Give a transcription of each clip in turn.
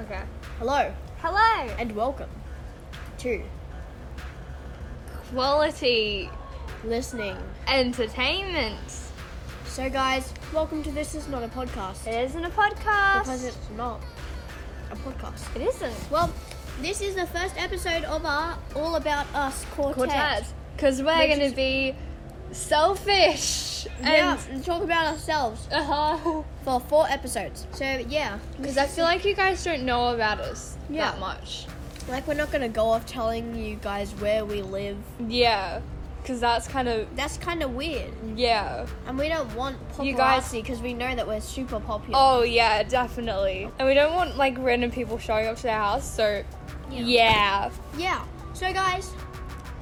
Okay. Hello Hello. and welcome to Quality listening. entertainment. So, guys, welcome to This Is Not a Podcast. It isn't a podcast. Because it's not a podcast. it isn't. Well, this is the first episode of our All About Us quartet. Quartet. Because we're Which going is- to be selfish. Yeah, And. and talk about ourselves Uh-huh. for four episodes. So, yeah, Because I feel like you guys don't know about us Yeah. that much. like we're not going to go off telling you guys where we live. Yeah. Because that's kind of. That's kind of weird. Yeah. And we don't want You guys- paparazzi because we know that we're super popular. Oh, yeah, definitely. And we don't want, like, random people showing up to their house, so. yeah. Yeah. So guys,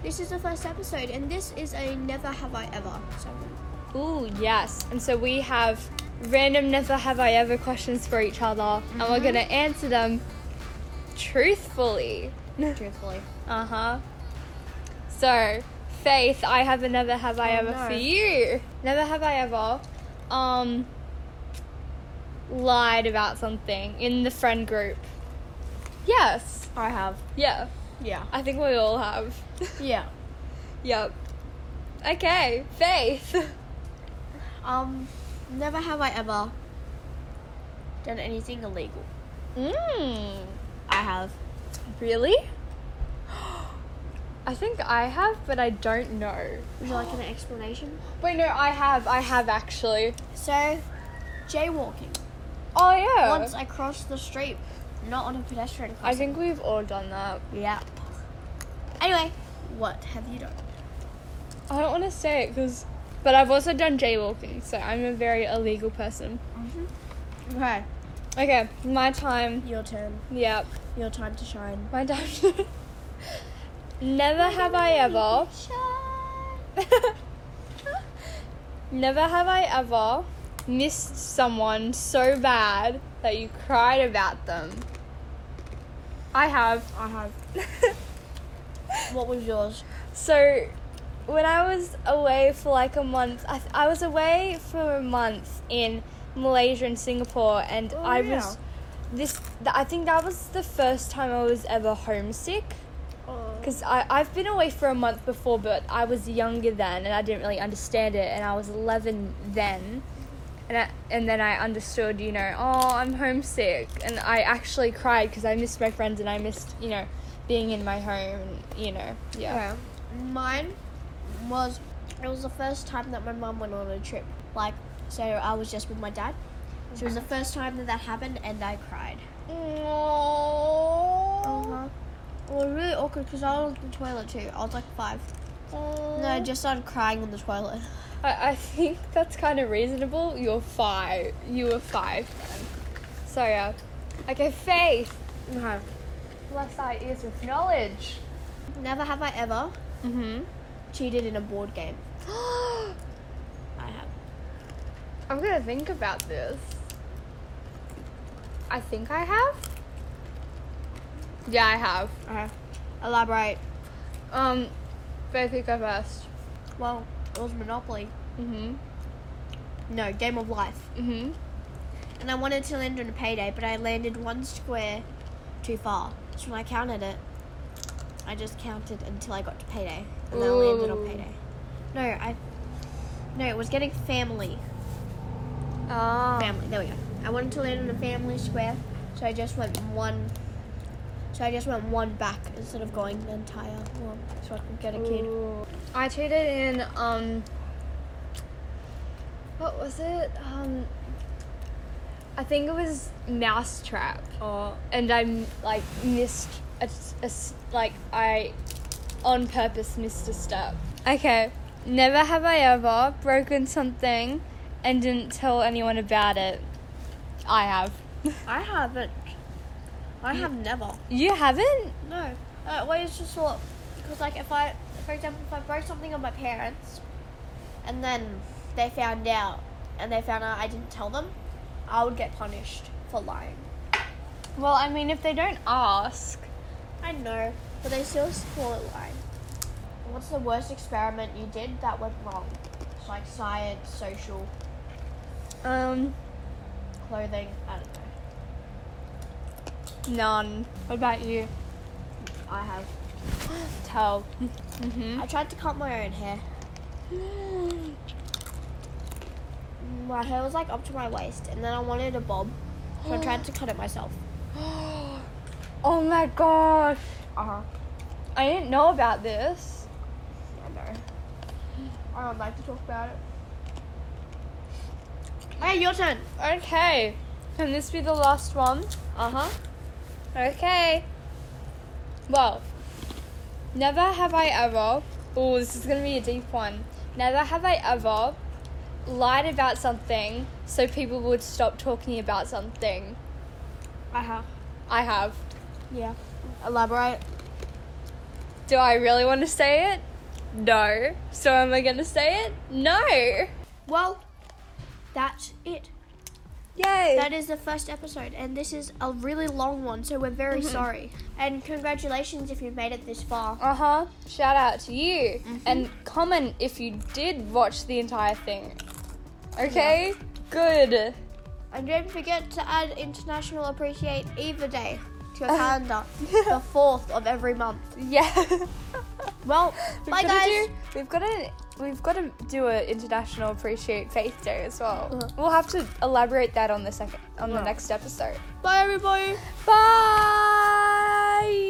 this is the first episode, and this is a never have I ever segment. Ooh, yes. And so we have random never have I ever questions for each other, and we're going to answer them truthfully. Truthfully. Uh huh. So, Faith, I have a never have I Oh, ever no. for you. Never have I ever um lied about something in the friend group. Yes. I have. Yeah. Yeah. I think we all have. Yeah. yep. Okay, Faith. Um, never have I ever done anything illegal. Mmm. I have. Really? I think I have, but I don't know. Would you like an explanation? Wait, no, I have. I have actually. So, jaywalking. Oh yeah. Once I crossed the street, not on a pedestrian I crossing. think we've all done that. yeah. Anyway, what have you done? I don't want to say it because, but I've also done jaywalking, so I'm a very illegal person. Mm-hmm. Okay, Okay, my time. your turn. Yep, Your time to shine. my time. Never have I ever. Never have I ever missed someone so bad that you cried about them. I have. I have. What was yours? so, when I was away for like a month, I, th- I was away for a month in Malaysia and Singapore, and Oh, I yeah. was this. Th- I think that was the first time I was ever homesick. Uh, Because I've been away for a month before, but I was younger then and I didn't really understand it. And I was 11 then. And, I, and then I understood, you know, oh, I'm homesick. And I actually cried because I missed my friends and I missed, you know, being in my home. And, you know, yeah. Okay. Mine was it was the first time that my mum went on a trip. Like, so I was just with my dad. So it was the first time that that happened, and I cried. Uh-huh. Aww. It was really awkward because I was in the toilet too. I was like five. And then I just started crying in the toilet. I, I think that's kind of reasonable. You're five. You were five then. So, yeah. Okay, Faith. No. Bless thy ears with knowledge. Never have I ever Mm cheated in a board game. hmm. I have. I'm gonna think about this. I think I have. Yeah, I have. Okay. Elaborate. Um, both you go first. Well, it was Monopoly. Mhm. No, Game of Life. Mhm. and I wanted to land on a payday, but I landed one square too far. So when I counted it, I just counted until I got to payday, and then I landed on Ooh. payday. No, I no, it was getting family. Ah. Family. There we go. I wanted to land on a family square, so I just went one. So I just went one back instead of going the entire one, so I could get a kid. Ooh. I cheated in um. What was it? Um. I think it was Mousetrap. Oh. And I m- like missed a, s- a s- like I on purpose missed a step. Okay. Never have I ever broken something and didn't tell anyone about it. I have. I haven't. I have Mm. never. You haven't? No. Uh, well, it's just sort because, like, if I, for example, if I broke something on my parents, and then they found out, and they found out I didn't tell them, I would get punished for lying. Well, I mean, if they don't ask, I know, but they still call it lying. What's the worst experiment you did that went wrong? It's like science, social, um, clothing. I don't know. None. What about you? I have. Tell. I tried to cut my own hair. Mm-hmm. My hair was like up to my waist, and then I wanted a bob, so I tried to cut it myself. oh my gosh. Uh huh. I didn't know about this. I know. I don't like to talk about it. Hey, your turn. Okay. Can this be the last one? Uh huh. Okay. Well, never have I ever. Oh, this is gonna be a deep one. Never have I ever lied about something so people would stop talking about something. I have. I have. Yeah. Elaborate. Do I really want to say it? No. So am I gonna say it? No. Well, that's it. Yay. That is the first episode, and this is a really long one, so we're very sorry. And congratulations if you've made it this far. uh huh. Shout out to you. Mm-hmm. And comment if you did watch the entire thing. Okay? Good. And don't forget to add International Appreciate Eva Day to your calendar, the fourth of every month. Yeah. Well, We've bye gotta guys. Do, we've got to we've got to do an international appreciate faith day as well. Uh-huh. We'll have to elaborate that on the second on the Yeah. next episode. Bye everybody. Bye.